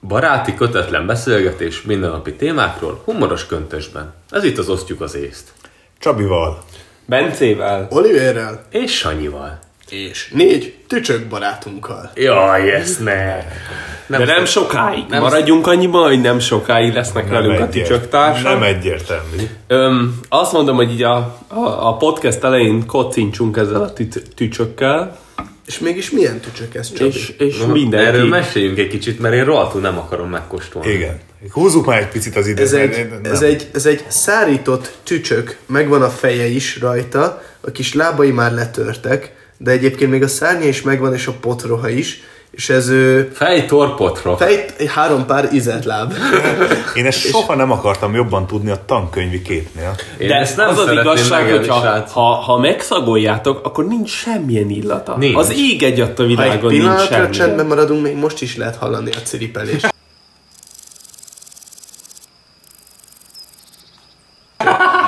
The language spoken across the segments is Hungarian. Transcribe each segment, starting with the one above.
Baráti, kötetlen beszélgetés mindennapi témákról, humoros köntösben. Ez itt az Osztjuk az észt. Csabival. Bencével. Oliverrel És Sanyival. És. négy tücsök barátunkkal. Jaj, ez ne! Nem De nem sokáig. nem- Nem Maradjunk annyiban, hogy nem sokáig lesznek nem velünk a egyért- tücsöktársak. Nem egyértelmű. Öm, azt mondom, hogy így a, a, a podcast elején kocincsunk ezzel a tüt, tücsökkel, És mégis milyen tücsök ez, Csabi? és, és Na, mindenki. Erről meséljünk egy kicsit, mert én rohadtul nem akarom megkóstolni. Igen. Húzzuk már egy picit az időt. Ez mert egy, én nem- ez, egy, ez egy szárított tücsök, megvan a feje is rajta, a kis lábai már letörtek, de egyébként még a szárnya is megvan, és a potroha is, és ez ő, Fejtorpotra. fejt, három pár izett láb. Én ezt soha nem akartam jobban tudni a tankönyvi képnél. Én De ezt nem az az szeretném igazság, megélni, hogy ha, srác. ha, ha megszagoljátok, akkor nincs semmilyen illata. Nincs. Az ég egy a Ha egy világon nincs pillanatra semmi. csendben maradunk, még most is lehet hallani a ciripelést.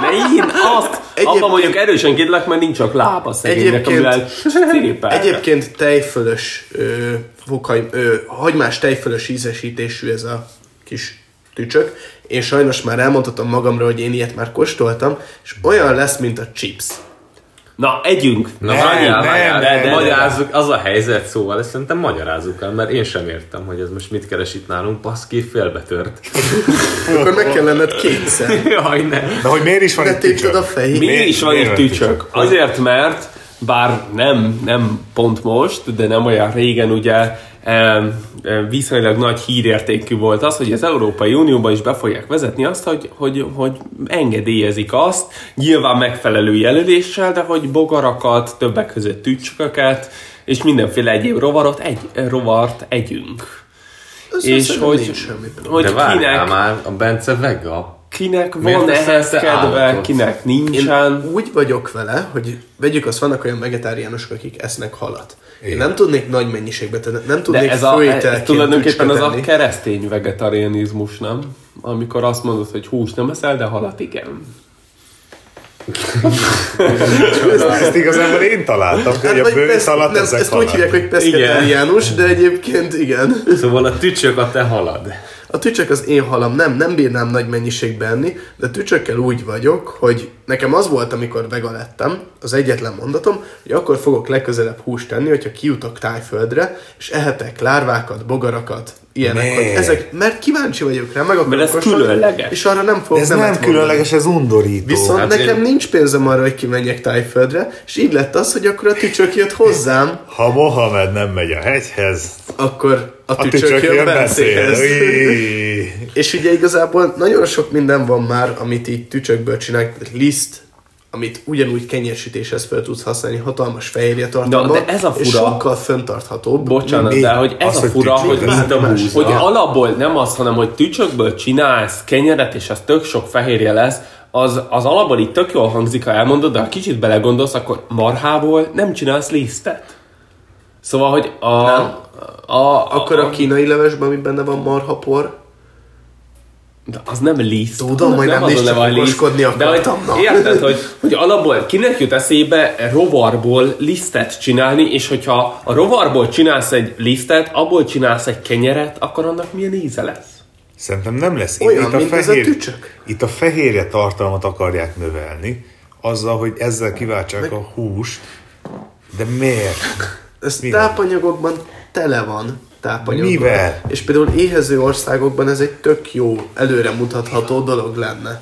De én azt, Egyébként- abban mondjuk erősen kétlek, mert nincs csak lába szegénynek, Egyébként- amivel ciripel. Egyébként tejfölös, ö, fokhaj, ö, hagymás tejfölös ízesítésű ez a kis tücsök. Én sajnos már elmondhatom magamra, hogy én ilyet már kóstoltam, és olyan lesz, mint a chips. Na, együnk. Na, Nem, várjál, nem, várjál, nem, nem. magyarázzuk, az a helyzet, szóval ezt szerintem magyarázzuk el, mert én sem értem, hogy ez most mit keres itt nálunk, baszki, félbetört. Akkor meg kell lenned kétszer. Jaj, ne! De hogy miért is van De egy tépted tücsök? a fejét. Mi Miért- is van miért egy van tücsök? Azért, mert bár nem, nem pont most, de nem olyan régen ugye em, em, viszonylag nagy hírértékű volt az, hogy az Európai Unióban is be fogják vezetni azt, hogy, hogy, hogy engedélyezik azt, nyilván megfelelő jelöléssel, de hogy bogarakat, többek között tücsköket, és mindenféle egyéb rovarot, egy, rovart együnk. és szerintem hogy, nincs semmi probléma. hogy De várjál kinek, már, a Bence vega. kinek Miért van teszel ehhez te kedve, állatot? kinek nincsen. Úgy vagyok vele, hogy vegyük azt, vannak olyan vegetáriánusok, akik esznek halat. Én nem tudnék nagy mennyiségbe tenni, nem tudnék De ez, a, ez főételként tulajdonképpen az a tücsköt enni. keresztény vegetarianizmus, nem? Amikor azt mondod, hogy húst nem eszel, de halat igen. Ezt igazából én találtam, hogy Hát, a vagy bőrész pesz- alatt nem, ezek ezt úgy hívják, hogy pesketáriánus, de egyébként igen. Szóval a tücsök a te halad. A tücsök az én halam, nem, nem bírnám nagy mennyiségben enni, de tücsökkel úgy vagyok, hogy nekem az volt, amikor vega lettem, az egyetlen mondatom, hogy akkor fogok legközelebb húst tenni, hogyha kijutok tájföldre, és ehetek lárvákat, bogarakat, ilyenek, hogy Miért? ezek, mert kíváncsi vagyok rá, meg akarom Mert ez kóstolni, különleges. És arra nem fogok Ez nem nemet mondani. különleges, ez undorító. Viszont Hát hát nekem én- én... nincs pénzem arra, hogy kimenjek tájföldre, és így lett az, hogy akkor a tücsök jött hozzám, Ha Mohamed nem megy a hegyhez, akkor a, a tücsök, jön beszél. Bencéhez. Íj. És ugye igazából nagyon sok minden van már, amit így tücsökből csinálják, liszt, amit ugyanúgy kenyérsítéshez fel tudsz használni, hatalmas fehérje tartalma, Na, de ez a és fura. sokkal fenntarthatóbb. Bocsánat, Mi? de hogy ez Az, a hogy fura, tücsök hogy, lesz. mint Más. hogy alapból nem az, hanem hogy tücsökből csinálsz kenyeret, és az tök sok fehérje lesz, az, az alapból így tök jól hangzik, ha elmondod, de ha kicsit belegondolsz, akkor marhából nem csinálsz lisztet. Szóval, hogy a... Nem. a, a, Akkor a kínai levesben, ami benne van marhapor, De az nem liszt. Tudom, Az hogy nem, az és a csak neve, hogy okoskodni liszt. De akartam, hogy na. érted, hogy, hogy alapból kinek jut eszébe rovarból lisztet csinálni, és hogyha a rovarból csinálsz egy lisztet, abból csinálsz egy kenyeret, akkor annak milyen íze lesz? Szerintem nem lesz Olyan, mint ez a tücsök. Itt a fehérje tartalmat akarják növelni, azzal, hogy ezzel kiváltsák a húst, de miért? ez Mi van? tápanyagokban tele van tápanyagban. Mivel? És például éhező országokban ez egy tök jó, előremutatható dolog lenne.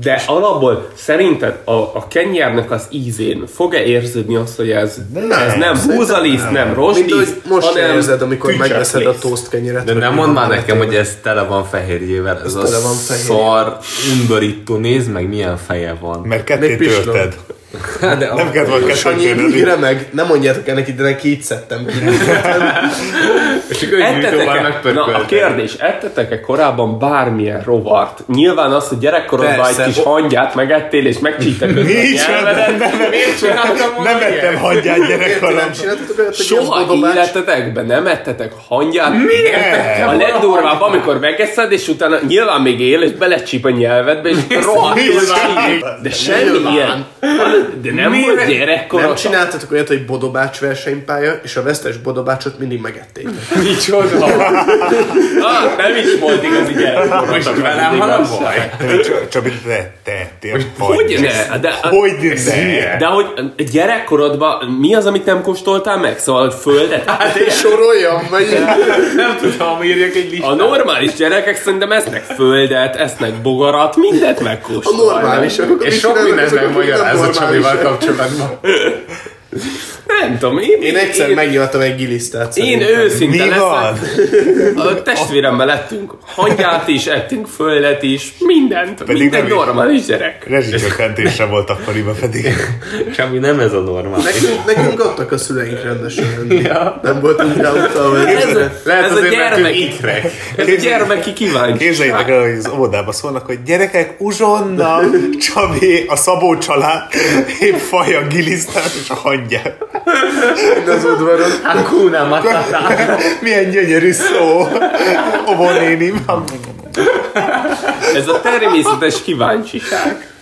De alapból szerinted a, a kenyérnek az ízén fog-e érződni azt, hogy ez nem, ez nem húzaliszt, nem Mint rostiszt, ahogy most se hanem érzed, amikor tücsök megveszed a liszt. toast kenyeret. De vagy nem mi mondd van már benne nekem, tényleg. hogy ez tele van fehérjével, ez a tele van fehérjével. szar, undorító, nézd meg milyen feje van. Mert ketté Még pislog. törted. De a- Nem kellett volna ketté Sanyi, mindig törnöd. remeg, nem mondjátok el neki, de neki így szedtem ki. és akkor egy gyújtóval Ettetek-e? Na, a megpörkölted. kérdés, ettetek-e korábban bármilyen rovart? Nyilván az, hogy gyerekkorodban egy Persze. kis hangyát megettél, és megcsíptek közben a Nincs, nyelvedet. Miért csináltam volna Nem ettem ilyet? hangyát Miért ti nem gyerekkorom. csináltatok olyat, hogy ilyen Soha fogomás- életetekben nem ettetek hangyát? Nem. A legdurvább, amikor megeszed, és utána nyilván még él, és belecsíp a nyelvedbe, és rohadt Biztos. durván így. De semmi Nyilván. ilyen. De nem Miért? volt gyerekkor. Nem csináltatok olyat, hogy bodobács versenypálya, és a vesztes bodobácsot mindig megették. Micsoda? ah, nem is volt igazi gyerekkor. Most velem van a baj. Cs- Csabi, te, te, te, Hogy ne? De, Hogy ne? de hogy gyerekkorodban mi az, amit nem kóstoltál meg? Szóval, hogy földet? Hát én soroljam, vagy... Nem tudom, írjak egy A listát. normális gyerekek szerintem esznek földet, esznek bogarat, mindent A megkóstolnak. normálisok. És sok mindent megmagyaráz a Csabival kapcsolatban. Nem tudom, én, Én egyszer én, megnyaltam egy gilisztát. én szerintem. őszinte Mi van? leszek. A testvéremmel lettünk hangyát is, ettünk földet is, mindent. Pedig minden nem is. normális gyerek. Rezsicsökkentés sem volt akkoriban pedig. Semmi nem ez a normális. Nekünk, nekünk adtak a szüleink rendesen. Ja. Nem voltunk rá utalva. Ez, a- Lehet ez azért, a mert ő gyermek, ikrek. ez a gyermeki Képzeljétek kíváncsiság. el, hogy az óvodába szólnak, hogy gyerekek, uzsonna, Csabi, a Szabó család, épp faj a gilisztát és a hangyát. az udvaron. Hát kúna matata. Milyen gyönyörű szó, ovonénim. Ez a természetes kíváncsiság.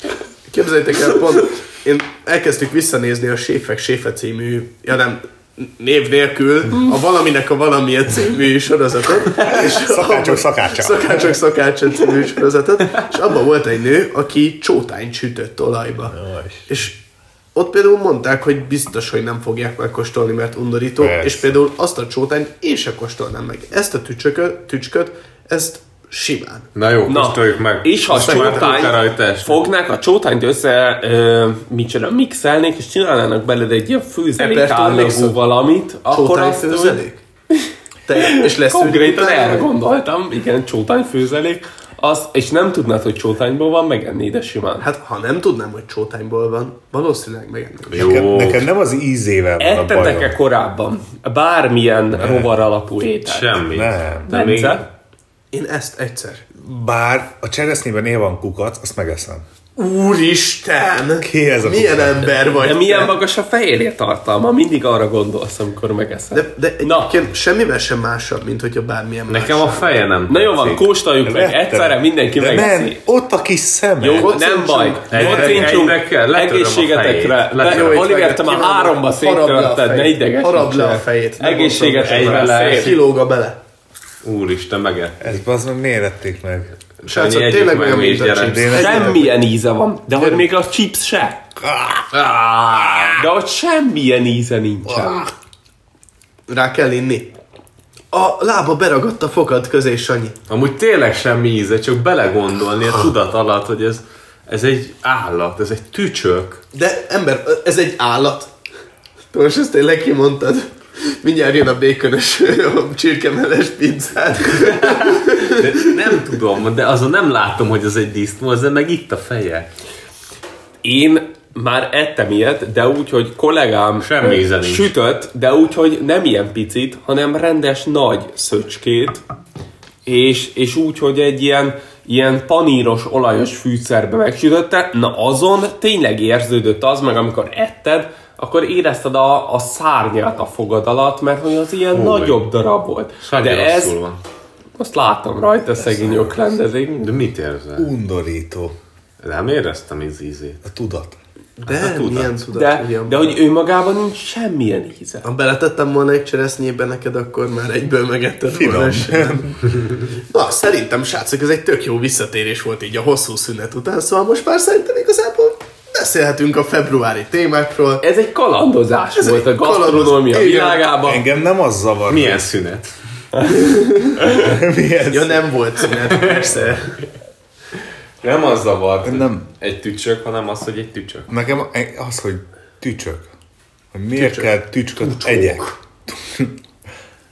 Képzeljétek el, pont én elkezdtük visszanézni a Séfek Séfe című, ja nem, név nélkül, a valaminek a valamilyen című sorozatot. És Szakácsok abban- szakácsa. Szakácsok szakácsa című sorozatot. És abban volt egy nő, aki csótányt sütött olajba. És ott például mondták, hogy biztos, hogy nem fogják megkóstolni, mert undorító, Persze. és például azt a csótányt én se kóstolnám meg. Ezt a tücsököt, tücsköt, ezt simán. Na jó, Na, kóstoljuk meg. És ha a Aztán már csótány, tudtál rajta esni. fognák a csótányt össze, ö, micsoda, mixelnék, és csinálnának belőle egy ilyen főzelékállagú Eperton valamit, akkor Csótány azt főzelék? Te, és lesz Konkrétan utána? erre gondoltam, igen, csótány főzelék, az, és nem tudnád, hogy csótányból van, megennéd de simán. Hát ha nem tudnám, hogy csótányból van, valószínűleg megenném. Nekem, Jó. nekem nem az ízével van a bajom. Hát, Ettetek-e korábban bármilyen rovar alapú ételt? Semmi. Nem. De még... Bence? Én ezt egyszer. Bár a cseresznyében néha van kukac, azt megeszem. Úristen! Ki ez a Milyen kuka? ember vagy? De te? milyen magas a fehérje tartalma? Mindig arra gondolsz, amikor megeszed. De, de Na, egyébként semmivel sem másabb, mint hogyha bármilyen Nekem más. a feje nem na jó van, tetszik. kóstoljuk meg Vettem. egyszerre, mindenki De nem, megeszi. ott a kis szeme. Jó, nem kocincsunk. baj. Egy- egyre Kocincsunk, kell, letöröm a egészségetekre. fejét. Letöröm. Le- Jó, itt Oliver, te vagy, már kívánom. háromba Harapd le a széttörted, ne fejét. ideges. Harapd le a fejét. nem Egy Egészségetekre vele mondtam. lesz. szép. Kilóga bele. Úristen, megettem. Ez az meg miért ették meg? Srácok, Sanyi, egyik tényleg meg olyan, mi is mint a gyerek. chips. Én- Egyébként. Semmilyen íze van. De hogy még a chips se. De ott semmilyen íze nincsen. Rá kell inni. A lába beragadt a fogad közé, Sanyi. Amúgy tényleg semmi íze, csak belegondolni a tudat alatt, hogy ez, ez egy állat, ez egy tücsök. De ember, ez egy állat. Most ezt tényleg kimondtad. Mindjárt jön a békönös, a csirkemeles pizzát. De nem tudom, de azon nem látom, hogy ez egy disznó, az meg itt a feje. Én már ettem ilyet, de úgy, hogy kollégám Semmi íze nincs. sütött, de úgy, hogy nem ilyen picit, hanem rendes nagy szöcskét, és, és úgy, hogy egy ilyen, ilyen paníros, olajos fűszerbe megsütötte, na azon tényleg érződött az, meg amikor etted, akkor érezted a, a szárnyát a fogad alatt, mert hogy az ilyen nagyobb darab volt. Sanyi de rosszul ez, van. azt láttam rajta, szegény öklendezik. De mit érzel? Undorító. Nem éreztem az ízét. A tudat. De milyen tudat. De, ugyan. de hogy ő magában nincs semmilyen íze. Ha beletettem volna egy cseresznyébe neked, akkor már egyből megetted Finom. volna. sem. Na, szerintem, srácok, ez egy tök jó visszatérés volt így a hosszú szünet után, szóval most már szerintem igazából beszélhetünk a februári témákról. Ez egy kalandozás Ez ez volt egy a gasztronómia kalandoz- igen. világában. Engem nem az zavar. Milyen szünet? Mi ez? Ja, nem volt szünet, persze. Nem az zavart, hogy Nem. egy tücsök, hanem az, hogy egy tücsök. Nekem az, hogy tücsök. Hogy miért kell tücsköt egyek.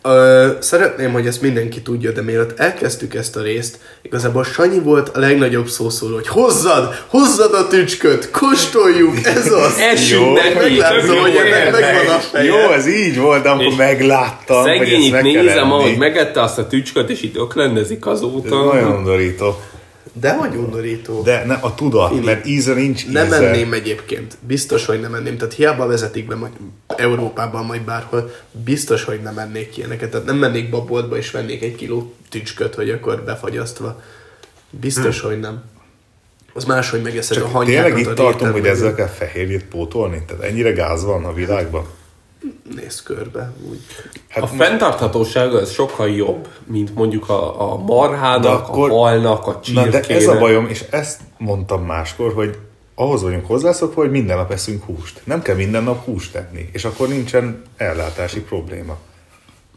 Ö, szeretném, hogy ezt mindenki tudja, de mielőtt elkezdtük ezt a részt, igazából Sanyi volt a legnagyobb szószóló, hogy hozzad, hozzad a tücsköt, kóstoljuk, ez az. Essünk Jó, neki! Meglátszom, hogy ennek megvan a Jó, feje. ez így volt, de amikor És megláttam, hogy ezt Szegényit meg kell nézem, enni. ahogy megette azt a tücsköt, és itt öklendezik Ez azóta. Nagyon undorító. De hogy undorító. De ne, a tudat, mert íze nincs íze. Nem enném egyébként. Biztos, hogy nem enném. Tehát hiába vezetik be majd Európában, majd bárhol, biztos, hogy nem ennék ilyeneket. Tehát nem mennék baboltba és vennék egy kiló tücsköt, hogy akkor befagyasztva. Biztos, hogy nem. az máshogy megeszed a Hm. Csak hanyákat. tényleg a itt tartunk, rétet, hogy meg ezzel kell fehérjét pótolni? Tehát ennyire gáz van a világban? Nézd körbe. Úgy. Hát A fenntarthatóság az sokkal jobb, mint mondjuk a, a marhának, De akkor- a halnak, a Na, de csirkének. ez a bajom, és ezt mondtam máskor, hogy ahhoz vagyunk hozzászokva, hogy minden nap eszünk húst. Nem kell minden nap húst tenni, és akkor nincsen ellátási probléma.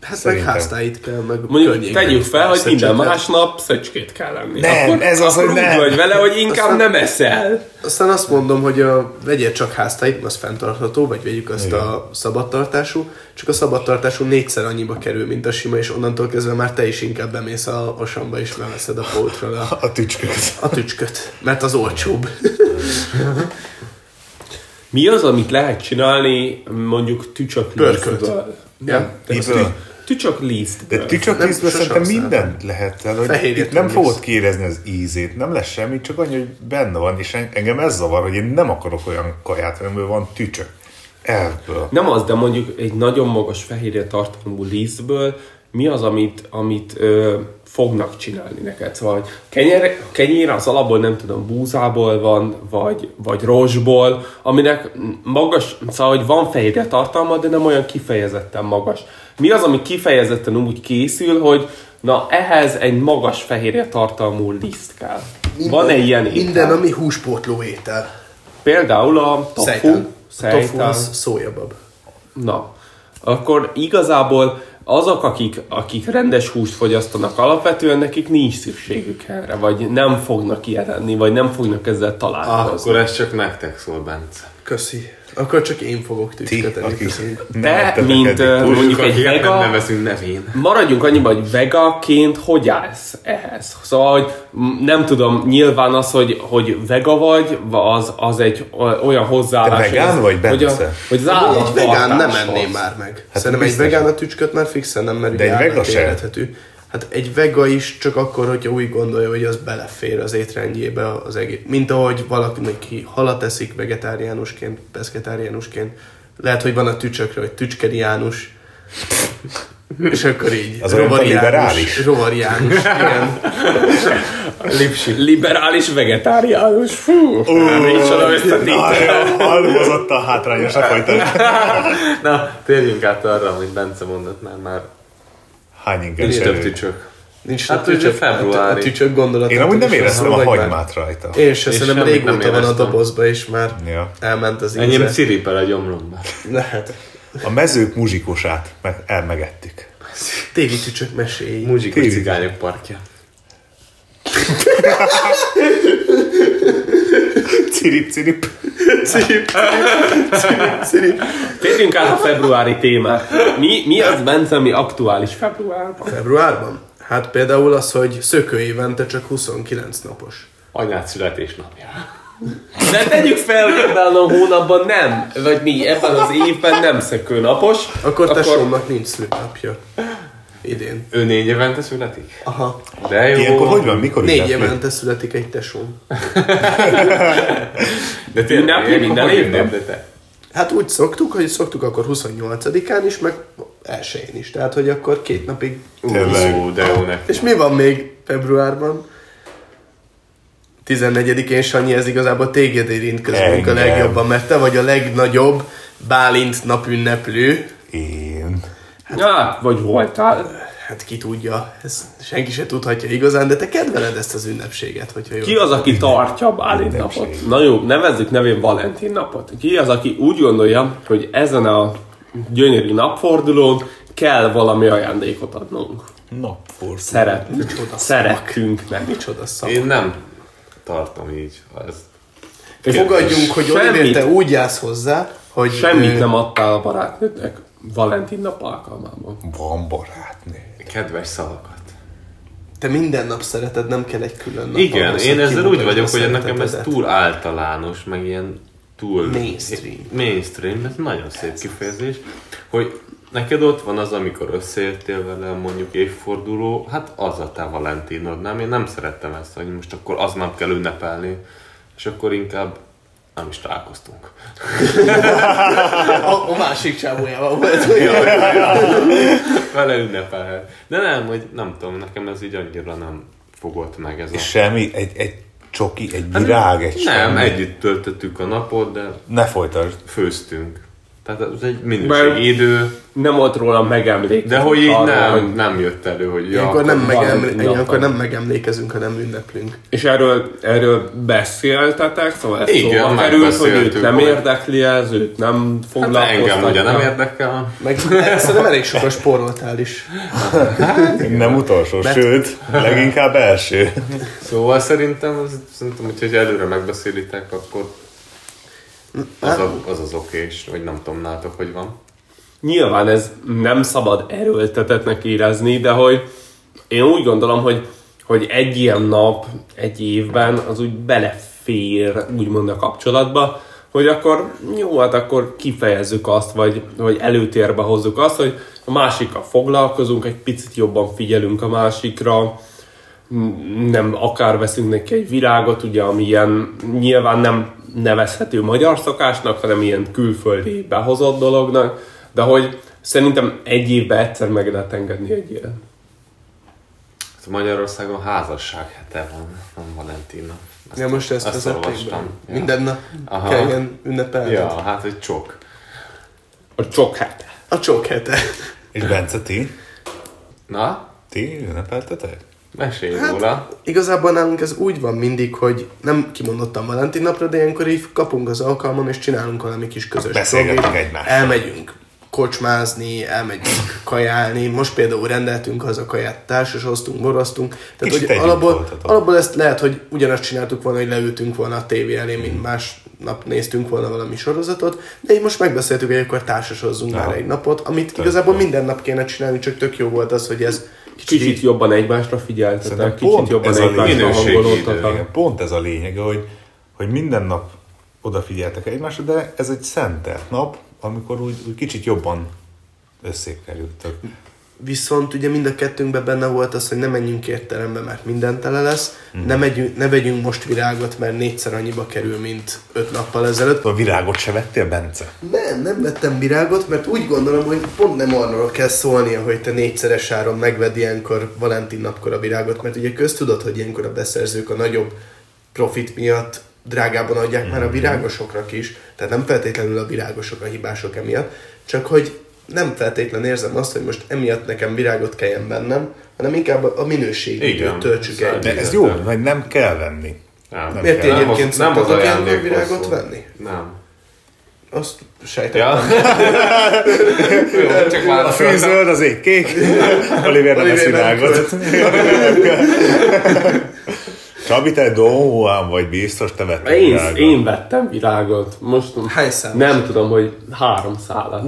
Hát meg Szerintem. háztáit kell, meg Mondjuk környéket. tegyük fel, hogy minden Szecsetet. másnap szöcskét kell lenni. Nem, akkor, ez az, akkor hogy úgy nem. vagy vele, hogy inkább Aztán- nem eszel. Aztán azt mondom, hogy a, vegyél csak háztáit, az fenntartható, vagy vegyük azt Igen. Igen. a szabadtartású, csak a szabadtartású négyszer annyiba kerül, mint a sima, és onnantól kezdve már te is inkább bemész a osamba, és leveszed a poltról a, A tücskök. a tücsköt, mert az olcsóbb. Mi az, amit lehet csinálni mondjuk Pörkölt. tücsöklízből? Ja? Miből? De Tücsöklízből. tücsök Nem, ízből sosem szerintem szeretem. mindent lehet. Tehát, hogy Fehérjét itt nem nem fogod mész. kérezni az ízét, nem lesz semmi, csak annyi, hogy benne van, és en- engem ez zavar, hogy én nem akarok olyan kaját, amiből van tücsök. Elvből. Nem az, de mondjuk egy nagyon magas fehérje tartalmú lisztből mi az, amit, amit ö, fognak csinálni neked? Szóval hogy kenyér, kenyér az alapból, nem tudom, búzából van, vagy, vagy rozsból, aminek magas, szóval hogy van fehérje tartalma, de nem olyan kifejezetten magas. Mi az, ami kifejezetten úgy készül, hogy na ehhez egy magas fehérje tartalmú liszt kell? Van-e ilyen étel? Minden, ami húspótló étel. Például a tofu, Szejtán. A tofu szejtán. az szójabab. Na, akkor igazából azok, akik, akik rendes húst fogyasztanak alapvetően, nekik nincs szükségük erre, vagy nem fognak ilyet enni, vagy nem fognak ezzel találkozni. Akkor ez csak nektek szól, Bence. Köszi. Akkor csak én fogok Ti, tücsköt enni. akik köszi. nem Te, ettetek mint eddig ö, húst, mondjuk Csak egy akiket nem vega, nevezünk nevén. maradjunk annyiban, hogy vegaként hogy állsz ehhez? Szóval, hogy m- nem tudom, nyilván az, hogy, hogy vega vagy, az, az egy o- olyan hozzáállás, Te vegán hogy, az- vagy, hogy, a, Bence? hogy az Egy vegán nem állattartáshoz. enném már meg. Hát Szerintem egy biztos. vegán a tücsköt már fixen nem, mert De egy vega se. érthető. Hát egy vega is csak akkor, hogyha úgy gondolja, hogy az belefér az étrendjébe az egész. Mint ahogy valakinek halat eszik vegetáriánusként, pesketáriánusként. Lehet, hogy van a tücsökre, hogy tücskeriánus. És akkor így. Az olyan liberális. János, Rovar János, igen. Lipsi. Liberális vegetáriánus. Fú, micsoda Na, összetétel. jó, halmozott a hátrányos akajtás. Na, térjünk át arra, amit Bence mondott, mert már Hány inger nincs több serő? tücsök. Nincs Hát a ugye tücsök, februári. a tücsök szóval, gondolat. Én amúgy nem éreztem a hagymát rajta. Én se, Én szerintem semmit nem régóta van a éreztem. dobozba, és már Ja. elment az Enyém íze. ciripel a gyomromban. Lehet. A mezők muzsikosát meg elmegettük. Téli tücsök meséi. Muzsikus Tényleg. cigányok parkja. Cirip, cirip. Térjünk át a februári témák. Mi, mi az, Bence, ami aktuális februárban? Februárban? Hát például az, hogy szökő évente csak 29 napos. Anyád születésnapja. De tegyük fel, hogy ebben a hónapban nem, vagy mi, ebben az évben nem szökőnapos. Akkor, Akkor... tesómnak nincs szülnapja. Idén. Ő négy évente születik? Aha. De jó. Ilyenkor hogy van, mikor Négy ünneplik? évente születik egy tesóm. De tényleg, Ünneplik ilyenkor minden hogy évben? ünneplitek? Hát úgy szoktuk, hogy szoktuk akkor 28-án is, meg elsőjén is. Tehát, hogy akkor két napig. Tényleg. Ú, de jó neki. És mi van még februárban? 14-én, Sanyi, ez igazából téged érint közülünk a Engem. legjobban, mert te vagy a legnagyobb Bálint napünneplő. Én. Ja, Hát, vagy voltál. Hát ki tudja, ezt senki se tudhatja igazán, de te kedveled ezt az ünnepséget, hogyha jó. Ki az, aki tartja Bálint napot? Na jó, nevezzük nevén Valentin napot. Ki az, aki úgy gondolja, hogy ezen a gyönyörű napfordulón kell valami ajándékot adnunk. Napforsz. Szeret, szeretünk neki. Micsoda szava. Én nem tartom így. Az Fogadjunk, hogy Semmit. Oliver, te úgy jársz hozzá, hogy... Semmit ö, nem adtál a barátnődnek Valentin nap alkalmában. Van barátnő. kedves szavakat. Te minden nap szereted, nem kell egy külön nap. Igen, ahhoz, én hogy ezzel úgy kimutasd a vagyok, hogy nekem ez szeretetedet. túl általános, meg ilyen túl... Mainstream. Mainstream, ez nagyon szép kifejezés, hogy neked ott van az, amikor összeértél vele, mondjuk évforduló, hát az a te Valentinod, nem? Én nem szerettem ezt, hogy most akkor aznap kell ünnepelni, és akkor inkább nem is találkoztunk. A, a másik csávójával volt. olyan. Vele ünnepelhet. De nem, hogy nem tudom, nekem ez így annyira nem fogott meg ez a... Semmi, egy, egy csoki, egy virág, egy Nem, semmi. együtt töltöttük a napot, de Ne folytasd. főztünk. Tehát ez egy minőségi idő, Nem volt róla megemlékezés. de hogy így arról, nem, hogy- nem jött elő, hogy ja, Ilyenkor nem, akkor van, megemlé- ja, ilyenkor van. nem megemlékezünk, ha nem ünneplünk. És erről, erről beszéltetek? Szóval ez Igen, szóval már került, hogy őt beszéltük, nem hogy- érdekli ez, őt nem Hát foglalkoztatja. engem ugye nem érdekel. Meg szerintem elég sokat spóroltál is. Nem utolsó, sőt, leginkább első. Szóval szerintem, az, szerintem, hogyha előre megbeszélitek, akkor az, a, az az okés, vagy nem tudom nálatok, hogy van. Nyilván ez nem szabad erőltetetnek érezni, de hogy én úgy gondolom, hogy, hogy egy ilyen nap egy évben az úgy belefér úgymond a kapcsolatba, hogy akkor jó, hát akkor kifejezzük azt, vagy, vagy előtérbe hozzuk azt, hogy a másikkal foglalkozunk, egy picit jobban figyelünk a másikra, m- nem akár veszünk neki egy virágot, ugye, ami ilyen nyilván nem nevezhető magyar szokásnak, hanem ilyen külföldi behozott dolognak, de hogy szerintem egy évben egyszer meg lehet engedni egy ilyen. Hát Magyarországon házasság hete van, nem Valentin nap. Ezt- Ja, most ezt ezt vezették be. olvastam. Ja. Minden nap Aha. kelljen ünnepelni. Ja, hát egy csok. A csok hete. A csók hete. És Bence, ti? Na, Ti ünnepeltetek? mesélj hát, Hát, róla. Igazából nálunk ez úgy van mindig, hogy nem kimondottan Valentin napra, de ilyenkor így kapunk az alkalmon, és csinálunk valami kis közös Hát Beszélgetünk dolgot. egymással. Elmegyünk kocsmázni, elmegyünk kajálni. Most például rendeltünk haza kaját, társasoztunk, boroztunk. Tehát, Kicsit hogy együtt alapból, voltatok. alapból ezt lehet, hogy ugyanazt csináltuk volna, hogy leültünk volna a tévé elé, mint Mm. más nap néztünk volna valami sorozatot, de így most megbeszéltük, hogy akkor társasozzunk már egy napot, amit igazából minden nap kéne csinálni, csak tök jó volt az, hogy ez Kicsit jobban egymásra figyeltetek, Szerintem kicsit pont jobban ez a egymásra minőségi idő, hangolódtatok. Igen, pont ez a lényege, hogy, hogy minden nap odafigyeltek egymásra, de ez egy szentelt nap, amikor úgy, úgy kicsit jobban összékerültök. Viszont ugye mind a kettőnkben benne volt az, hogy ne menjünk értelembe, mert minden tele lesz. Mm. Ne, megyünk, ne vegyünk most virágot, mert négyszer annyiba kerül, mint öt nappal ezelőtt. A virágot se vettél, Bence? Nem, nem vettem virágot, mert úgy gondolom, hogy pont nem arról kell szólnia, hogy te négyszeres áron megved ilyenkor Valentin napkor a virágot, mert ugye köztudod, hogy ilyenkor a beszerzők a nagyobb profit miatt drágában adják már a Mhm. virágosoknak is, tehát nem feltétlenül a virágosok a hibások emiatt, csak hogy nem feltétlen érzem azt, hogy most emiatt nekem virágot kelljen bennem, hanem inkább a minőségét Igen, töltsük ez el. De ez jó, vagy nem kell venni. Nem. Nem Miért ti kell. egyébként nem az szoktatok ilyenkor ajándékhoz virágot szól. venni? Nem. Azt sejtettem. Ja. Jó, csak már A fűzöld, az ég kék, Oliver nem lesz Oliver nem virágot. Oliver nem költ. Csabi, te dóhuán vagy, biztos te vettél Én, virágot. én vettem virágot. Most Hány Mm, szálas? nem tudom, hogy három szálat.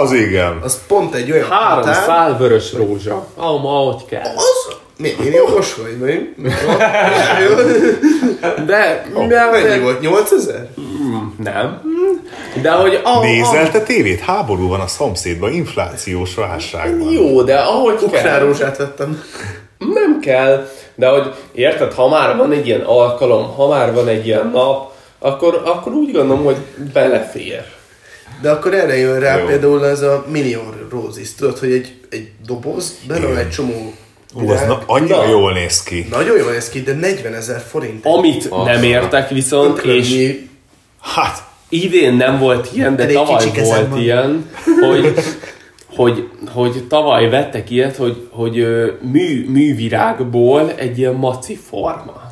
Az igen. Az pont egy olyan Három határ- szál vörös rózsa. Ah, ma ahogy kell. hát- Az? Mi? Én jó okos vagy, nem? De, de, Mennyi de volt? 8000? nem. De hogy ah, Nézel te tévét? Háború van a szomszédban, inflációs válságban. ah, jó, de ahogy Ukrán kell. rózsát vettem. Nem kell. De hogy érted, ha már van egy ilyen alkalom, ha már van egy ilyen nap, akkor, akkor úgy gondolom, hogy belefér. De akkor erre jön rá Jó. jó. például ez a Million Roses. Tudod, hogy egy, egy doboz, benne van egy csomó Ú, az virág. na, annyira Na. jól néz ki. Nagyon jól néz ki, de 40 ezer forint. Amit Az. nem értek viszont, és Ökrömnyi. Hát, idén nem volt ilyen, de Elég tavaly kicsi kezem volt van. ilyen, hogy, hogy, hogy tavaly vettek ilyet, hogy, hogy ö, mű, művirágból egy ilyen maci forma.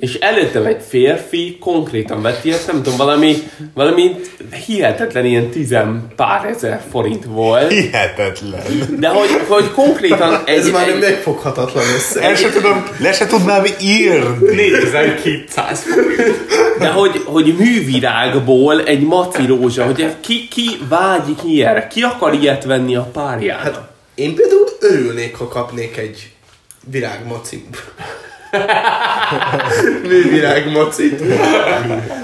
És előttem egy férfi konkrétan vett ilyet, nem tudom, valami, valami hihetetlen ilyen tizen pár ezer forint volt. hihetetlen. De hogy, hogy konkrétan egy... Ez már egy, egy megfoghatatlan összeg. El se tudom, le se tudnám írni. 4200 forint. De hogy, hogy művirágból egy maci rózsa, hogy ki, ki vágyik ilyenre? Ki akar ilyet venni a párjának? Hát én például örülnék, ha kapnék egy virágmaci. Művirágmacit.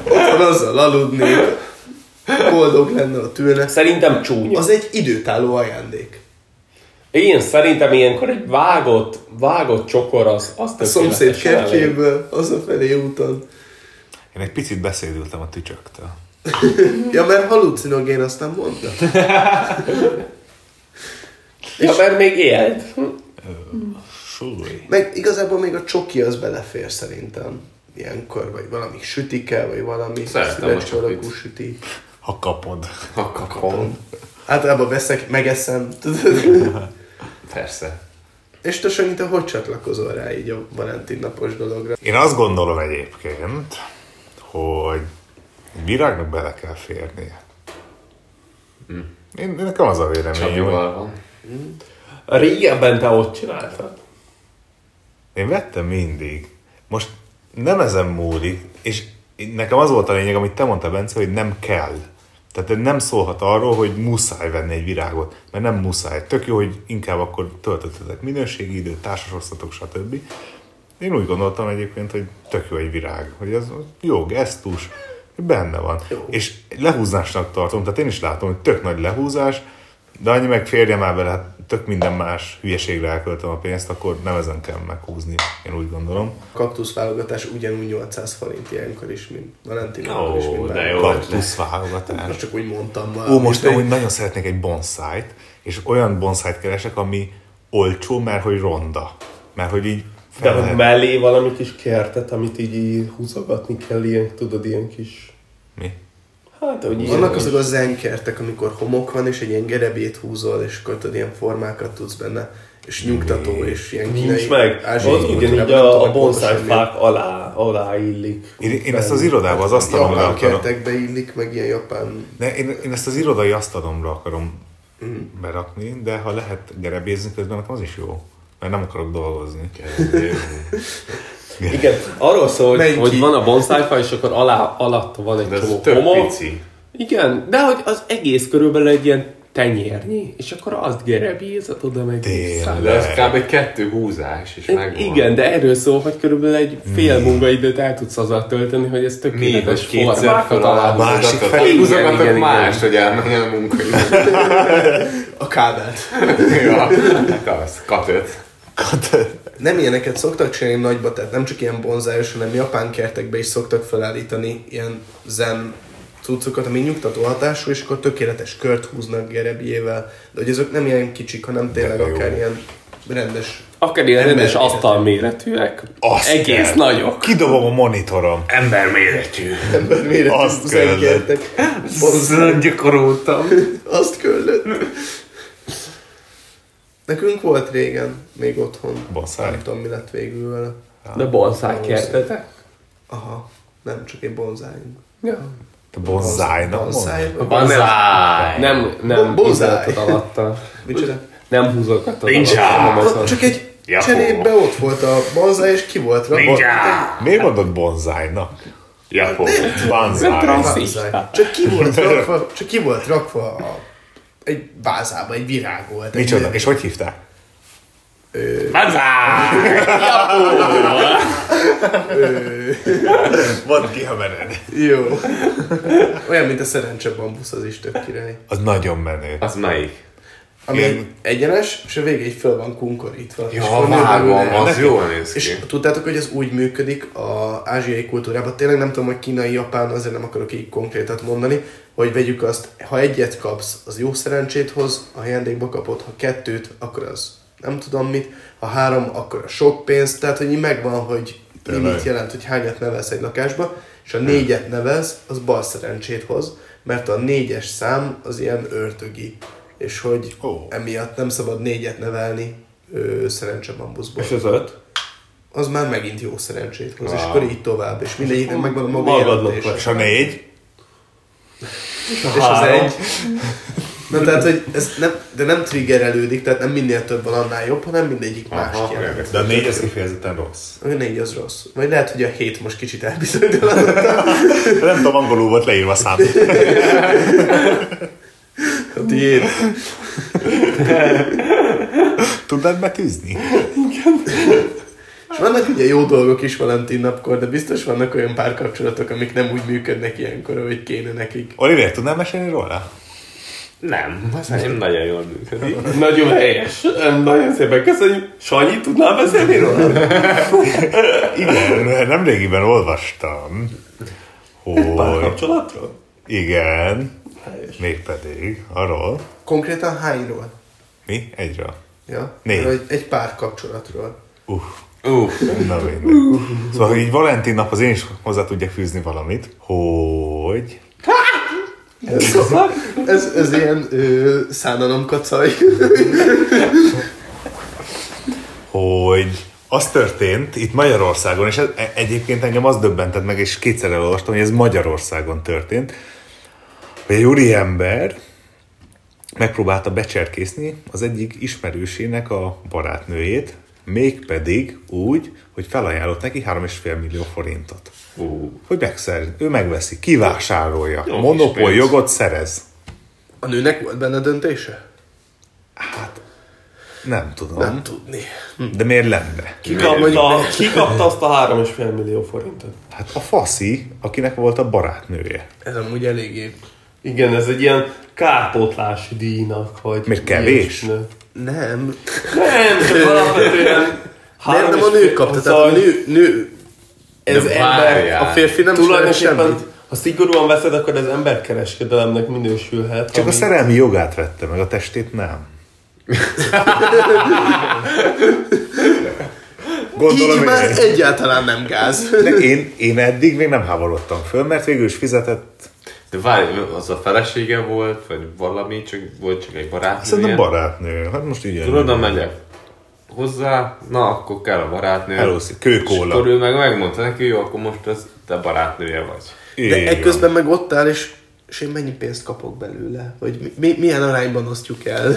Otthon azzal aludnék. Boldog lenne a tőle. Szerintem csúnya. Az egy időtálló ajándék. Én szerintem ilyenkor egy vágott, vágott csokor az, az A tökéletes. szomszéd elég. kertjéből, hazafelé úton. Én egy picit beszédültem a tücsöktől. Ja, mert halucinogén azt nem mondta. Ja, mert még élt. Súly. Meg igazából még a csoki az belefér szerintem. ilyenkor, vagy valami sütike, vagy valami Szeretem a szülecsaragú csokit. süti. Ha kapod. Ha kapom. Általában veszek, megeszem. Persze. És te Sanyi, te hogy csatlakozol rá így a Valentin napos dologra? Én azt gondolom egyébként, hogy egy virágnak bele kell férnie. Én, nekem az a véleményem, hogy Csabival van. Régebben te ott csináltad. én vettem mindig. Most nem ezen múlik, és nekem az volt a lényeg, amit te mondtál, Bence, hogy nem kell. Tehát nem szólhat arról, hogy muszáj venni egy virágot, mert nem muszáj. Tök jó, hogy inkább akkor töltöttetek minőségi időt, társasoztatok, stb. Én úgy gondoltam egyébként, hogy tök jó egy virág, hogy ez jó gesztus, benne van. Jó. És lehúzásnak tartom, tehát én is látom, hogy tök nagy lehúzás, de annyi meg férje már bele, hát tök minden más hülyeségre elköltöm a pénzt, akkor nem ezen kell meghúzni, én úgy gondolom. A kaktuszválogatás ugyanúgy 800 forint ilyenkor is, mint Valentin Ó, napon is, mint de bármi. jó. Kaktusz Most válogatás. csak úgy mondtam valamit. Ó, most de- amúgy nagyon szeretnék egy bonszájt, és olyan bonszájt keresek, ami olcsó, mert hogy ronda. Mert hogy így De fel hogy lehet. mellé valamit is kertet, amit így húzogatni kell, ilyen, tudod, ilyen kis... Mi? Hát, hogy ilyen... Vannak azok a zenkertek, amikor homok van, és egy ilyen gerebét húzol, és akkor tudod, ilyen formákat tudsz benne, és nyugtató, és ilyen kínai, Nincs meg. ázsiai Ott kultúrában ugyanígy nem a, tudom, a hogy pontosan bonsai mi. fák alá, alá illik. Én, én ezt az irodában Hát, az asztalomra Japán akarom. kertekbe illik, meg ilyen japán... De én, én ezt az irodai asztalomra akarom berakni, de ha lehet gerebézni közben, nekem az is jó. Mert nem akarok dolgozni. Igen, arról szól, hogy, Menj hogy ki. van a bonsai fa, és akkor alá, alatta van egy De ez csomó tök homok. pici. Igen, de hogy az egész körülbelül egy ilyen tenyérnyi, és akkor azt gerebízed oda meg Tényleg. vissza. De ez kb. kettő húzás, és megvan. Igen, de erről szól, hogy körülbelül egy fél munkaidőt el tudsz azzal tölteni, hogy ez Mi, tökéletes hogy kétszer formákat feláll, alá. másik húzogatok- felé. Igen, igen, húzogatok igen. más, hogy elmenjen a munkaidőt. A kábelt. Ja, hát az, katöt. Nem ilyeneket szoktak csinálni nagyba, tehát nem csak ilyen bonzájos, hanem japán kertekbe is szoktak felállítani ilyen zen cuccokat, ami nyugtató hatású, és akkor tökéletes kört húznak gerebjével. De hogy azok nem ilyen kicsik, hanem tényleg De jó. akár ilyen rendes Akár ilyen Ember rendes méretű. asztal méretűek, Azt egész kell. nagyok. Kidobom a monitorom. Ember méretű. emberméretű Azt zenkertek. Azzal gyakoroltam. Azt köllött. Nekünk volt régen, még otthon. Bonsai? Nem tudom, mi lett végül vele. De bonsai kertetek. Aha, nem csak egy bonzájunk. Ja. Te bonzájnak mondod? Bonzáj? vagy- Banzáj! Nem, nem Bo- bonsai. húzogatod alatta. Micsoda? Nem húzogatod Nincs alatta. nem ár. azon. Ott csak egy Yahoo. cserépbe ott volt a bonzáj, és ki volt rakva. Ninja! Miért mondod bonzájnak? Japó. Banzáj. Bonzáj. Csak ki volt rakva, csak ki volt rakva a, egy vázába, egy virág volt. egy Micsoda? ilyen- És hogy hívták? Banzáj! Van kihavered. Jó. Olyan, mint a szerencse bambusz, az is tök király. Az nagyon menő. Az melyik? Ami Ilyen- egyenes, és a vége így föl van kunkorítva. És Ja, akkor nő vágom, belőle. az jól néz ki. És tudtátok, hogy ez úgy működik az ázsiai kultúrában, tényleg nem tudom, hogy kínai, japán, azért nem akarok így konkrétat mondani, hogy vegyük azt, ha egyet kapsz, az jó szerencsét hoz, a ajándékba kapod, ha kettőt, akkor az nem tudom mit, ha három, akkor a sok pénz, tehát hogy így megvan, hogy mi Tényleg. mit jelent, hogy hányat nevelsz egy lakásba, és ha négyet nevelsz, az bal szerencsét hoz, mert a négyes szám az ilyen ördögi, és hogy Ó. emiatt nem szabad négyet nevelni ö, szerencse bambuszból És az öt? az már megint jó szerencsét hoz, és Wow. akkor így tovább, és mindegyiknek megvan a maga Magadnak jelentés. vagy. És a négy? És az Három. egy. Na tehát, hogy ez nem, de nem triggerelődik, tehát nem minél több van, annál jobb, hanem mindegyik más Aha, jelent. De a négy az kifejezetten rossz. A négy az rossz. Vagy lehet, hogy a hét most kicsit elbizonytalanodott. Nem tudom, angolul volt leírva szám. A tiéd. Tudnád betűzni? És vannak ugye jó dolgok is Valentin napkor, de biztos vannak olyan párkapcsolatok, amik nem úgy működnek ilyenkor, ahogy kéne nekik. Oliver, tudnál mesélni róla? Nem, az nem nagyon jól működik. Nagyon helyes. Nagyon szépen köszönjük. Sanyi, tudnál beszélni róla? Igen, mert nemrégiben olvastam, hogy... Párkapcsolatról? Igen, Helyes. mégpedig arról, Konkrétan hányról? mi? Egyről. Ja? Négy. Vagy egy párkapcsolatról. Uff, Ó, Na mindegy. Szóval, hogy így Valentin nap az én is hozzá tudjak fűzni valamit, hogy... Ez, ez, ez ilyen ö, szánalomkacaj. hogy az történt itt Magyarországon, és ez, e- egyébként engem az döbbentett meg, és kétszer elolvastam, hogy ez Magyarországon történt, hogy egy úriember megpróbálta becserkészni az egyik ismerősének a barátnőjét, mégpedig úgy, hogy felajánlott neki 3,5 millió forintot. Ú. Hogy megszer, ő megveszi, kivásárolja, Jó kis monopól pénz. jogot szerez. A nőnek volt benne döntése? Nem tudom, Nem tudni. de miért lenne? Ki kapta, ki kapta azt a 3,5 millió forintot? Hát a faszi, akinek volt a barátnője. Ez amúgy eléggé... Igen, ez egy ilyen kárpótlási díjnak, vagy... Miért kevés? ilyesmi. Nem. Nem, csak alapvetően... Miért nem a nő kapta? Szóval- Tehát Szóval a nő, nő Ez De ember, várjál. a férfi nem csinál tulajdonképpen, semmit. ha szigorúan veszed, akkor ez emberkereskedelemnek minősülhet. Csak a szerelmi jogát vette meg, a testét nem. Gondolom, Így már én, egyáltalán nem gáz. de én, én eddig még nem háborodtam föl, mert végül is fizetett, De várj, az a felesége volt, vagy valami, csak volt csak egy barátnője. szerintem barátnő. Hát most így Tudod, oda megyek hozzá, na akkor kell a barátnő. Elhúszik, És akkor kőkóla. ő meg megmondta neki, jó, akkor most ez te barátnője vagy. De ekközben meg ott áll, és, és én mennyi pénzt kapok belőle? Vagy mi, mi, milyen arányban osztjuk el?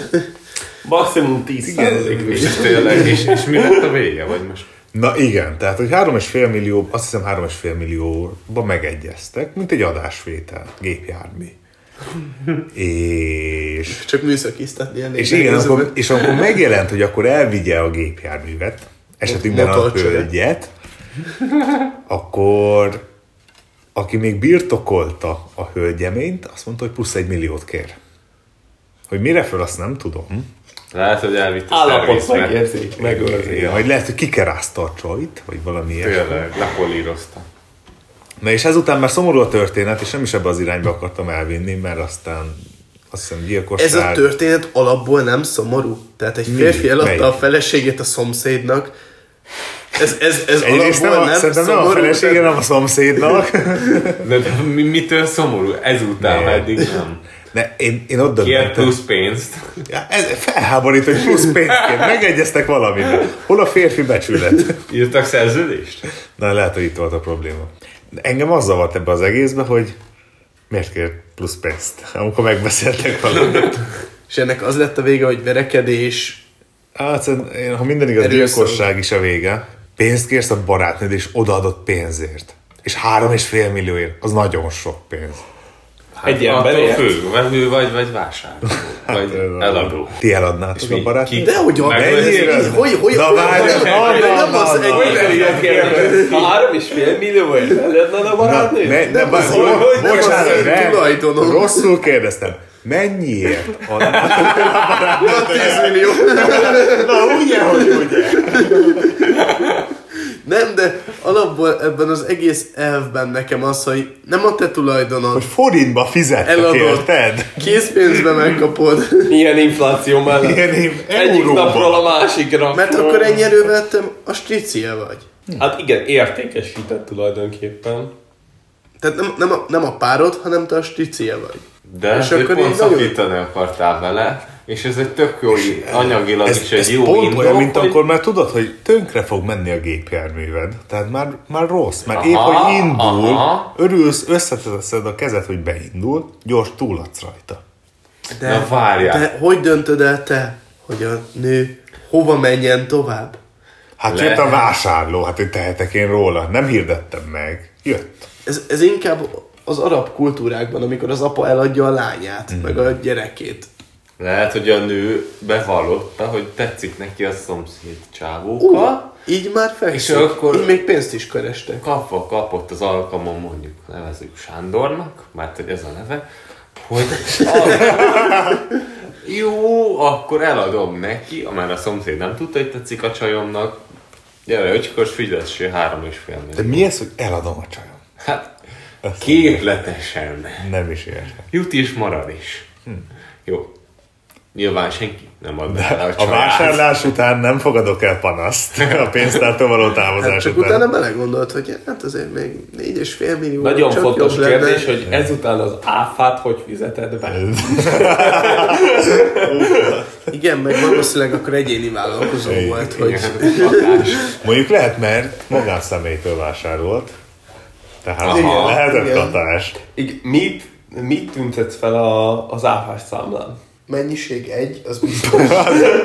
Maximum 10 százalék. És tényleg, és, és mi lett a vége, vagy most? Na igen, tehát hogy 3,5 millió, azt hiszem 3,5 millióba megegyeztek, mint egy adásvétel, gépjármű. És Csak műszakiztatni ennél. És igen, nehéz, akkor, mert- és amikor megjelent, hogy akkor elvigye a gépjárművet, esetünkben a Motorcsere. hölgyet, akkor aki még birtokolta a hölgyeményt, azt mondta, hogy plusz egy milliót kér. Hogy mire föl, azt nem Hm? tudom. Lehet, hogy elvitt a Állapot szervizbe. megérzik, megőrzi. Vagy lehet, hogy kikerázta a csajt, vagy valami ilyesmi. Tényleg, lepolírozta. Na és ezután már szomorú a történet, és nem is ebbe az irányba akartam elvinni, mert aztán azt hiszem gyilkosság... Ez a történet alapból nem szomorú. Tehát egy férfi eladta Melyik? a feleségét a szomszédnak. Ez, ez, ez Egyrészt alapból nem, nem, a- szerintem nem a szomorú. felesége, tehát- nem a szomszédnak. De, de mi, mitől szomorú? Ezután, Nem. nem. eddig nem. De én, én ott Kiért döntöttem. plusz pénzt. Ja, ez felháborít, hogy plusz pénzként megegyeztek valamiben. Hol a férfi becsület? Írtak szerződést? Na, lehet, hogy itt volt a probléma. De Engem az zavart ebbe az egészbe, hogy miért kér plusz pénzt, amikor megbeszéltek valamit. És ennek az lett a vége, hogy verekedés. Hát, szerintem én, ha minden igaz, Erőszak. gyilkosság is a vége. Pénzt kérsz a barátnőd, és odaadott pénzért. És három és fél millióért. Az nagyon sok pénz. Egy emberért? Hát Attól függ, vevő vagy, vagy vásárló. Hát, Vagy eladó. Ti eladnátok a mi? barátnőd? Ki? De hogy a Meg- mennyire? Mennyire? Hogy, hogy, hogy, Na, várj, hogy- na, hogy- na, nem na, az na. egy A három és fél millió vagy? Eladnád a Na, barátnőt? ne, ne, bár, hogy- hogy nem az bocsánat, én nem, tulajdonom. rosszul kérdeztem. Mennyiért adnátok? 10 millió. Na ugye, hogy ugye. Nem, de alapból ebben az egész elvben nekem az, hogy nem a te tulajdonod, Hogy forintba fizettek, eladod, érted? készpénzbe megkapod. Ilyen infláció mellett. Ilyen én Egyik napról a másikra. Mert akkor ennyi erővel te a stricie vagy. Hát igen, értékesített tulajdonképpen. Tehát nem, nem, a, nem a párod, hanem te a stricie vagy. De És és akkor akkor pont így nagyon- szakítani akartál vele, és ez egy tök jó i- anyagilag Ez, is egy ez jó pont indok, olyan, mint hogy- akkor már tudod, hogy tönkre fog menni a gépjárműved. Tehát már, már rossz, mert Aha, épp, hogy indul, aha. örülsz, összeteszed a kezed, hogy beindul, gyors túladsz rajta. De, Na, várjál. De hogy döntöd el te, hogy a nő hova menjen tovább? Hát Le- jött a vásárló, hát én tehetek én róla, nem hirdettem meg. Jött. Ez, ez inkább az arab kultúrákban, amikor az apa eladja a lányát, mm. meg a gyerekét. Lehet, hogy a nő bevallotta, hogy tetszik neki a szomszéd Ú, csávóka, így már fekszik. És akkor- Így még pénzt is kerestek. Hát kapva kapott az alkalmon, mondjuk nevezzük Sándornak, mert hogy ez a neve, hogy jó, akkor eladom neki, mert a szomszéd nem tudta, hogy tetszik a csajomnak, gyere, öcskos, fizessé három és fél De millió. mi ez, hogy eladom a csajom? Hát, képletesen. Nem is értem. Hm. Jut is, marad is. Jó. Nyilván senki nem adná el A család. vásárlás után nem fogadok el panaszt a pénztártól való távozás Hát csak után. utána belegondolt, hogy hát azért még 4,5 millió. Nagyon csak fontos jobb lenne. kérdés, hogy ezután az áfát hogy fizeted be? Igen, meg valószínűleg akkor egyéni vállalkozó Igen. volt, hogy Mondjuk lehet, mert magánszemélytől vásárolt. Tehát Aha. igen, lehetett Igen. katás. Így Mit, mit tüntetsz fel a, az áfás számlán? mennyiség egy, az biztos.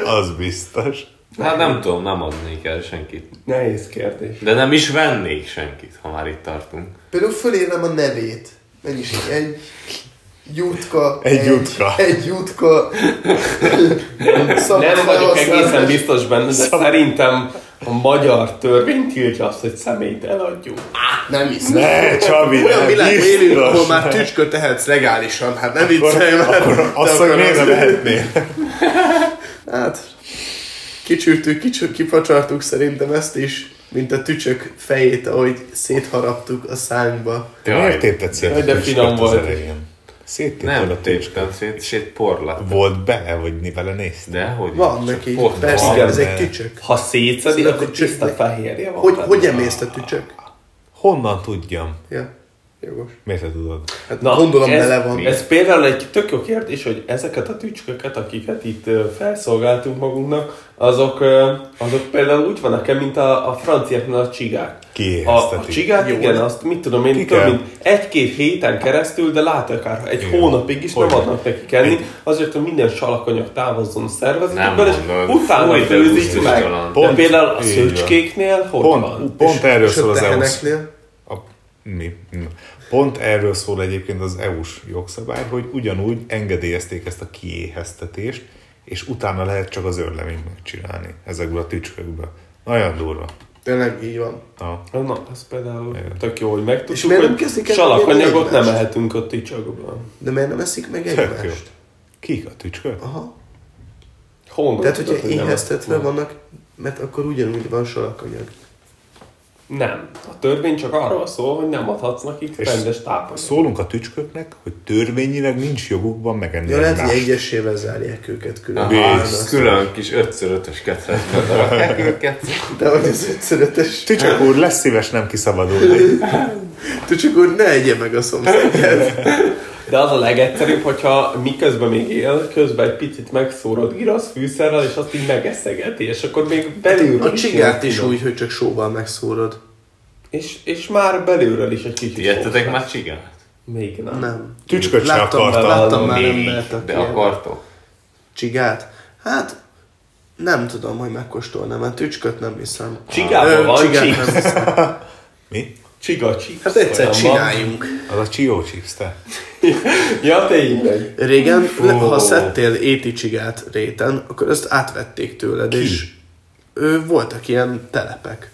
Az biztos. Hát nem tudom, nem adnék el senkit. Nehéz kérdés. De nem is vennék senkit, ha már itt tartunk. Például fölírnám a nevét. Mennyiség egy, jutka, Egy jutka. egy jutka. Szabad Nem vagyok felhasználás. egészen biztos benne, de szerintem a magyar törvény tiltja azt, hogy személyt eladjuk. Nem hiszem. Ne, Csabi, Olyan ne, világban biztos. élünk, ahol már tücsköt tehetsz legálisan, hát nem viccelj már. Akkor azt, De hogy akkor miért az- nem lehetnél? Hát, kicsültük, kicsük, kifacsartuk szerintem ezt is, mint a tücsök fejét, ahogy szétharaptuk a szánkba. Miért tépted szét Jaj, de tücsköt finom az volt. elején? Széttépted Nem a tücsköt. téptem szét, szét porlat. Volt bele, vagy vele nézted? De hogy? Van Csak neki, port- persze, Van. ez de- egy tücsök. Ha szétszedi, Szerintem akkor tücsök- tiszta fehérje van. Hogy, benne. hogy emészt a tücsök? Honnan tudjam? Ja, jogos. Miért te tudod? Hát Na, gondolom ez, bele van. Ez például egy tök jó kérdés, hogy ezeket a tücsköket, akiket itt ö, felszolgáltunk magunknak, azok, ö, azok például úgy vannak-e, mint a, a franciáknál a csigák. A, a Kiéheztetik. csigát, Jó. igen, azt mit tudom én, Ki több kell. mint egy-két héten keresztül, de lát akár egy Igen. hónapig is nem Hogyne. adnak nekik enni, azért, hogy minden salakanyag távozzon a Nem szervezetből, és mondod. utána Fúj, de főzik meg. gusztustalan. de Pont. például a Így van. szőcskéknél hogy van? Pont, pont erről És a szól az EU-s. teheneknél? A, mi? Na. Pont erről szól egyébként az EU-s jogszabály, hogy ugyanúgy engedélyezték ezt a kiéheztetést, és utána lehet csak az örleményt megcsinálni ezekből a tücskökből. Nagyon durva. Tényleg így van. Na, Na, ez például Igen. tök jó, hogy És megtudtuk, miért nem hogy kezdik el salakanyagot egymást? nem ehetünk a ticsakban. De miért nem eszik meg tök jó. egymást? Kik a tücskök? Aha. Honnan? Tehát, hogyha tudod, hogy nem éheztetve ehetünk? vannak, mert akkor ugyanúgy van salakanyag. Nem. A törvény csak arról szól, hogy nem adhatsz nekik És rendes tápanyagot. Szólunk a tücsköknek, hogy törvényileg nincs jogukban megenni Ja, lehet, hogy egymást. egyesével zárják őket külön. Aha, Biztos. ez külön kis 5x5-ös ketrecbe rakják őket. De hogy ez egyszerűs. Tücsök úr, lesz szíves nem kiszabadulni. Te csak úgy ne egye meg a szomszédját. De az a legegyszerűbb, hogyha miközben még él, közben egy picit megszórod girasz fűszerrel, és azt így megeszegeti, és akkor még belülről A csigát is finom. úgy, hogy csak sóval megszórod. És, és már belülről is egy kicsit Ilyettetek sós már lesz. csigát? Még nem. Nem. Tücsköt se Láttam már, akartam. Láttam már Még, embert, aki de ilyen- akartok? Csigát? Hát, nem tudom, hogy megkóstolnám, mert tücsköt nem hiszem. Csigában Ö, van csigát chips. nem hiszem. Mi? Csiga chips. Hát egyszer olyan van. csináljunk. Az a Chio chips, te. Ja, tényleg. Régen, le- ha szedtél éti csigát réten, akkor ezt átvették tőled, Ki? és ő, voltak ilyen telepek.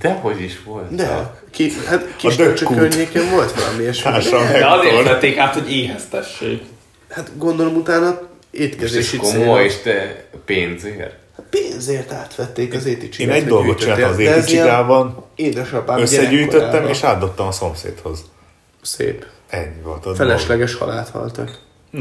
Dehogy is volt. De, ki, hát kis dökkút. környékén volt valami, és Társam De azért Hector. vették át, hogy éheztessék. hát gondolom utána És ez étkezési komoly, célra. és te pénzért? Pénzért átvették az éti Én csigát. egy dolgot csináltam az éti csigával, Édesapám összegyűjtöttem gyerekkorában. és átdobtam a szomszédhoz. Szép. Ennyi volt a Felesleges halált haltak. dolog.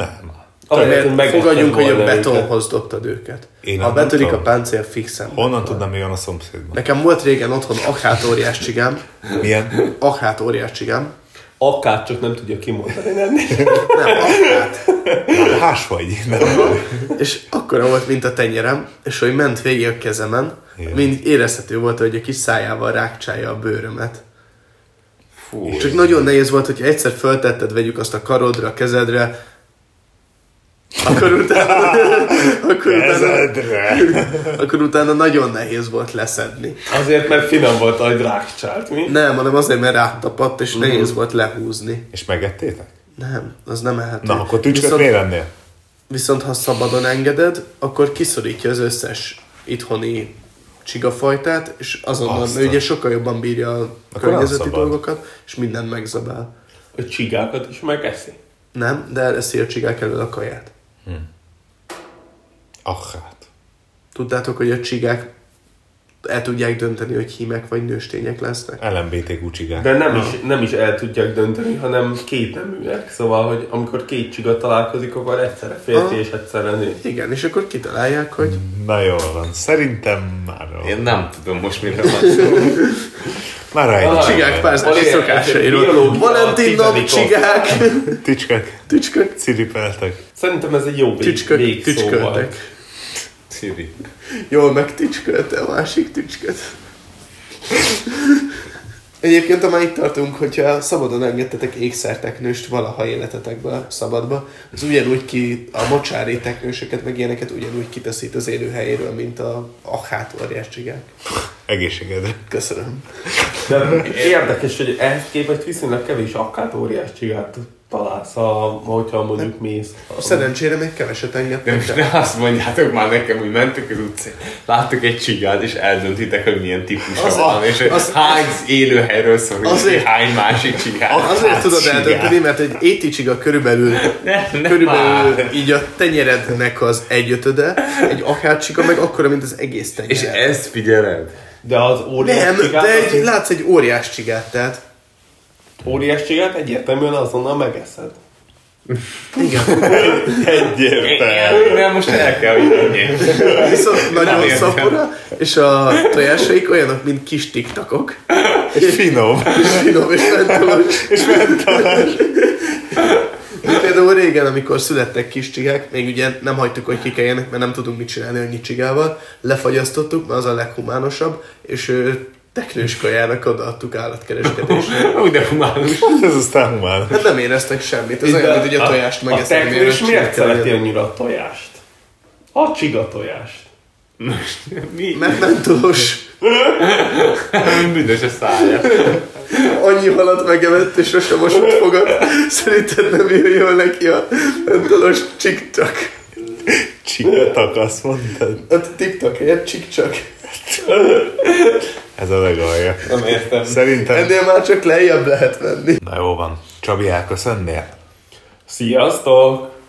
Nem. Ahelyett, Mert hogy fogadjunk, hogy a megetted volna őket. betonhoz dobtad őket. Én ha nem betörik a tudom. páncél, fixen. Honnan tudnám, mi van a szomszédban? Nekem volt régen otthon akhát óriás csigám, Milyen? akhát óriás csigám, Akár csak nem tudja kimondani. Nem? nem akhát, Hás vagy? Nem. és akkora volt, mint a tenyerem, és hogy ment végig a kezemen, Igen. mind érezhető volt, hogy a kis szájával rákcsálja a bőrömet. Fú, Csak nagyon nehéz volt, hogyha egyszer föltetted, vegyük azt a karodra, a kezedre, akkor utána, akkor utána, Ezedre. akkor utána nagyon nehéz volt leszedni. Azért, mert finom volt, ahogy rákcsált, mi? Nem, hanem azért, mert ráttapadt, Mhm. és nehéz volt lehúzni. És megettétek? Nem, az nem ehető. Na, akkor tücsköt Viszont- miért ennél? Viszont ha szabadon engeded, akkor kiszorítja az összes itthoni csigafajtát, és azonnal, Aztán. mert ugye sokkal jobban bírja a Akkor környezeti nem szabad. dolgokat, és mindent megzabál. A csigákat is megeszi. Nem, de eleszi a csigák elől a kaját. Ah, hát. Tudtátok, hogy a csigák el tudják dönteni, hogy hímek vagy nőstények lesznek. LMBTQ csigák. De nem is, nem is el tudják dönteni, hanem két neműek. Szóval, hogy amikor két csiga találkozik, akkor egyszerre férfi Aha. és egyszerre nő. Igen, és akkor kitalálják, hogy Na jól van, szerintem már Én nem tudom most mire van szó. Már rájött. csigák párzási Valami- szokásairól. biológia, Valentin nap, tizedik osztály. csigák, Tücskök, tücskök, ciripeltek. Szerintem ez egy jó vég, tücskök, végszó volt. tücsköltek. Ciri. Jól meg tücskölt, a másik tücsköt. Egyébként, ha már itt tartunk, hogyha szabadon engedtetek ékszerteknőst valaha életetekbe, szabadba, az ugyanúgy ki, a mocsári teknősöket, meg ilyeneket ugyanúgy kiteszít az élőhelyéről, mint a, a hátorjás csigák. Egészségedre. Köszönöm. De érdekes, hogy ehhez képest viszonylag kevés akkát óriás csigát találsz, a, hogyha mondjuk mész. Szerencsére még keveset De most engedtek el. ne azt mondjátok már nekem, hogy mentek az utcán, láttok egy csigát, és eldöntitek, hogy milyen típusa Az- van, és az, az- hány élőhelyről szól, és Azért- hány másik csigát. Azért tudod csigák. eldönteni, mert egy éticsiga körülbelül, Ne- ne körülbelül már. így a tenyerednek az egyötöde, egy akárcsika meg akkora, mint az egész tenyered. És e- ezt figyeled? De az óriás Nem, csigát, de egy, az látsz egy óriás csigát, tehát. óriás csigát egyértelműen azonnal megeszed. Igen. Egyértelmű. Nem, most el kell, hogy mondjam. Viszont nagyon értem. szapora, és a tojásaik olyanok, mint kis tiktakok. És finom. És finom, és mentolos. És mentolos. Például régen, amikor születtek kis csigák, még ugye nem hagytuk, hogy kikeljenek, mert nem tudunk mit csinálni annyi csigával, lefagyasztottuk, mert az a leghumánosabb, és ő, teknős kajának odaadtuk állatkereskedésre. Úgy de humánus. Ez aztán humán. Hát nem éreztek semmit, ez olyan, mint hogy a tojást megeszed. A teknős miért szereti annyira a tojást? A csiga tojást. Mi? Mert mentolos. Büdös a szája. annyi halat megemett, és sose mosott fogad. Szerinted nem jöjjön neki a mentolos csikcsak. Csigatak, azt mondtad. Hát tiktak helyett csikcsak. Ez a legalja. Nem értem. Szerintem... Ennél már csak lejjebb lehet menni. Na jó van. Csabi, elköszönnél? Sziasztok!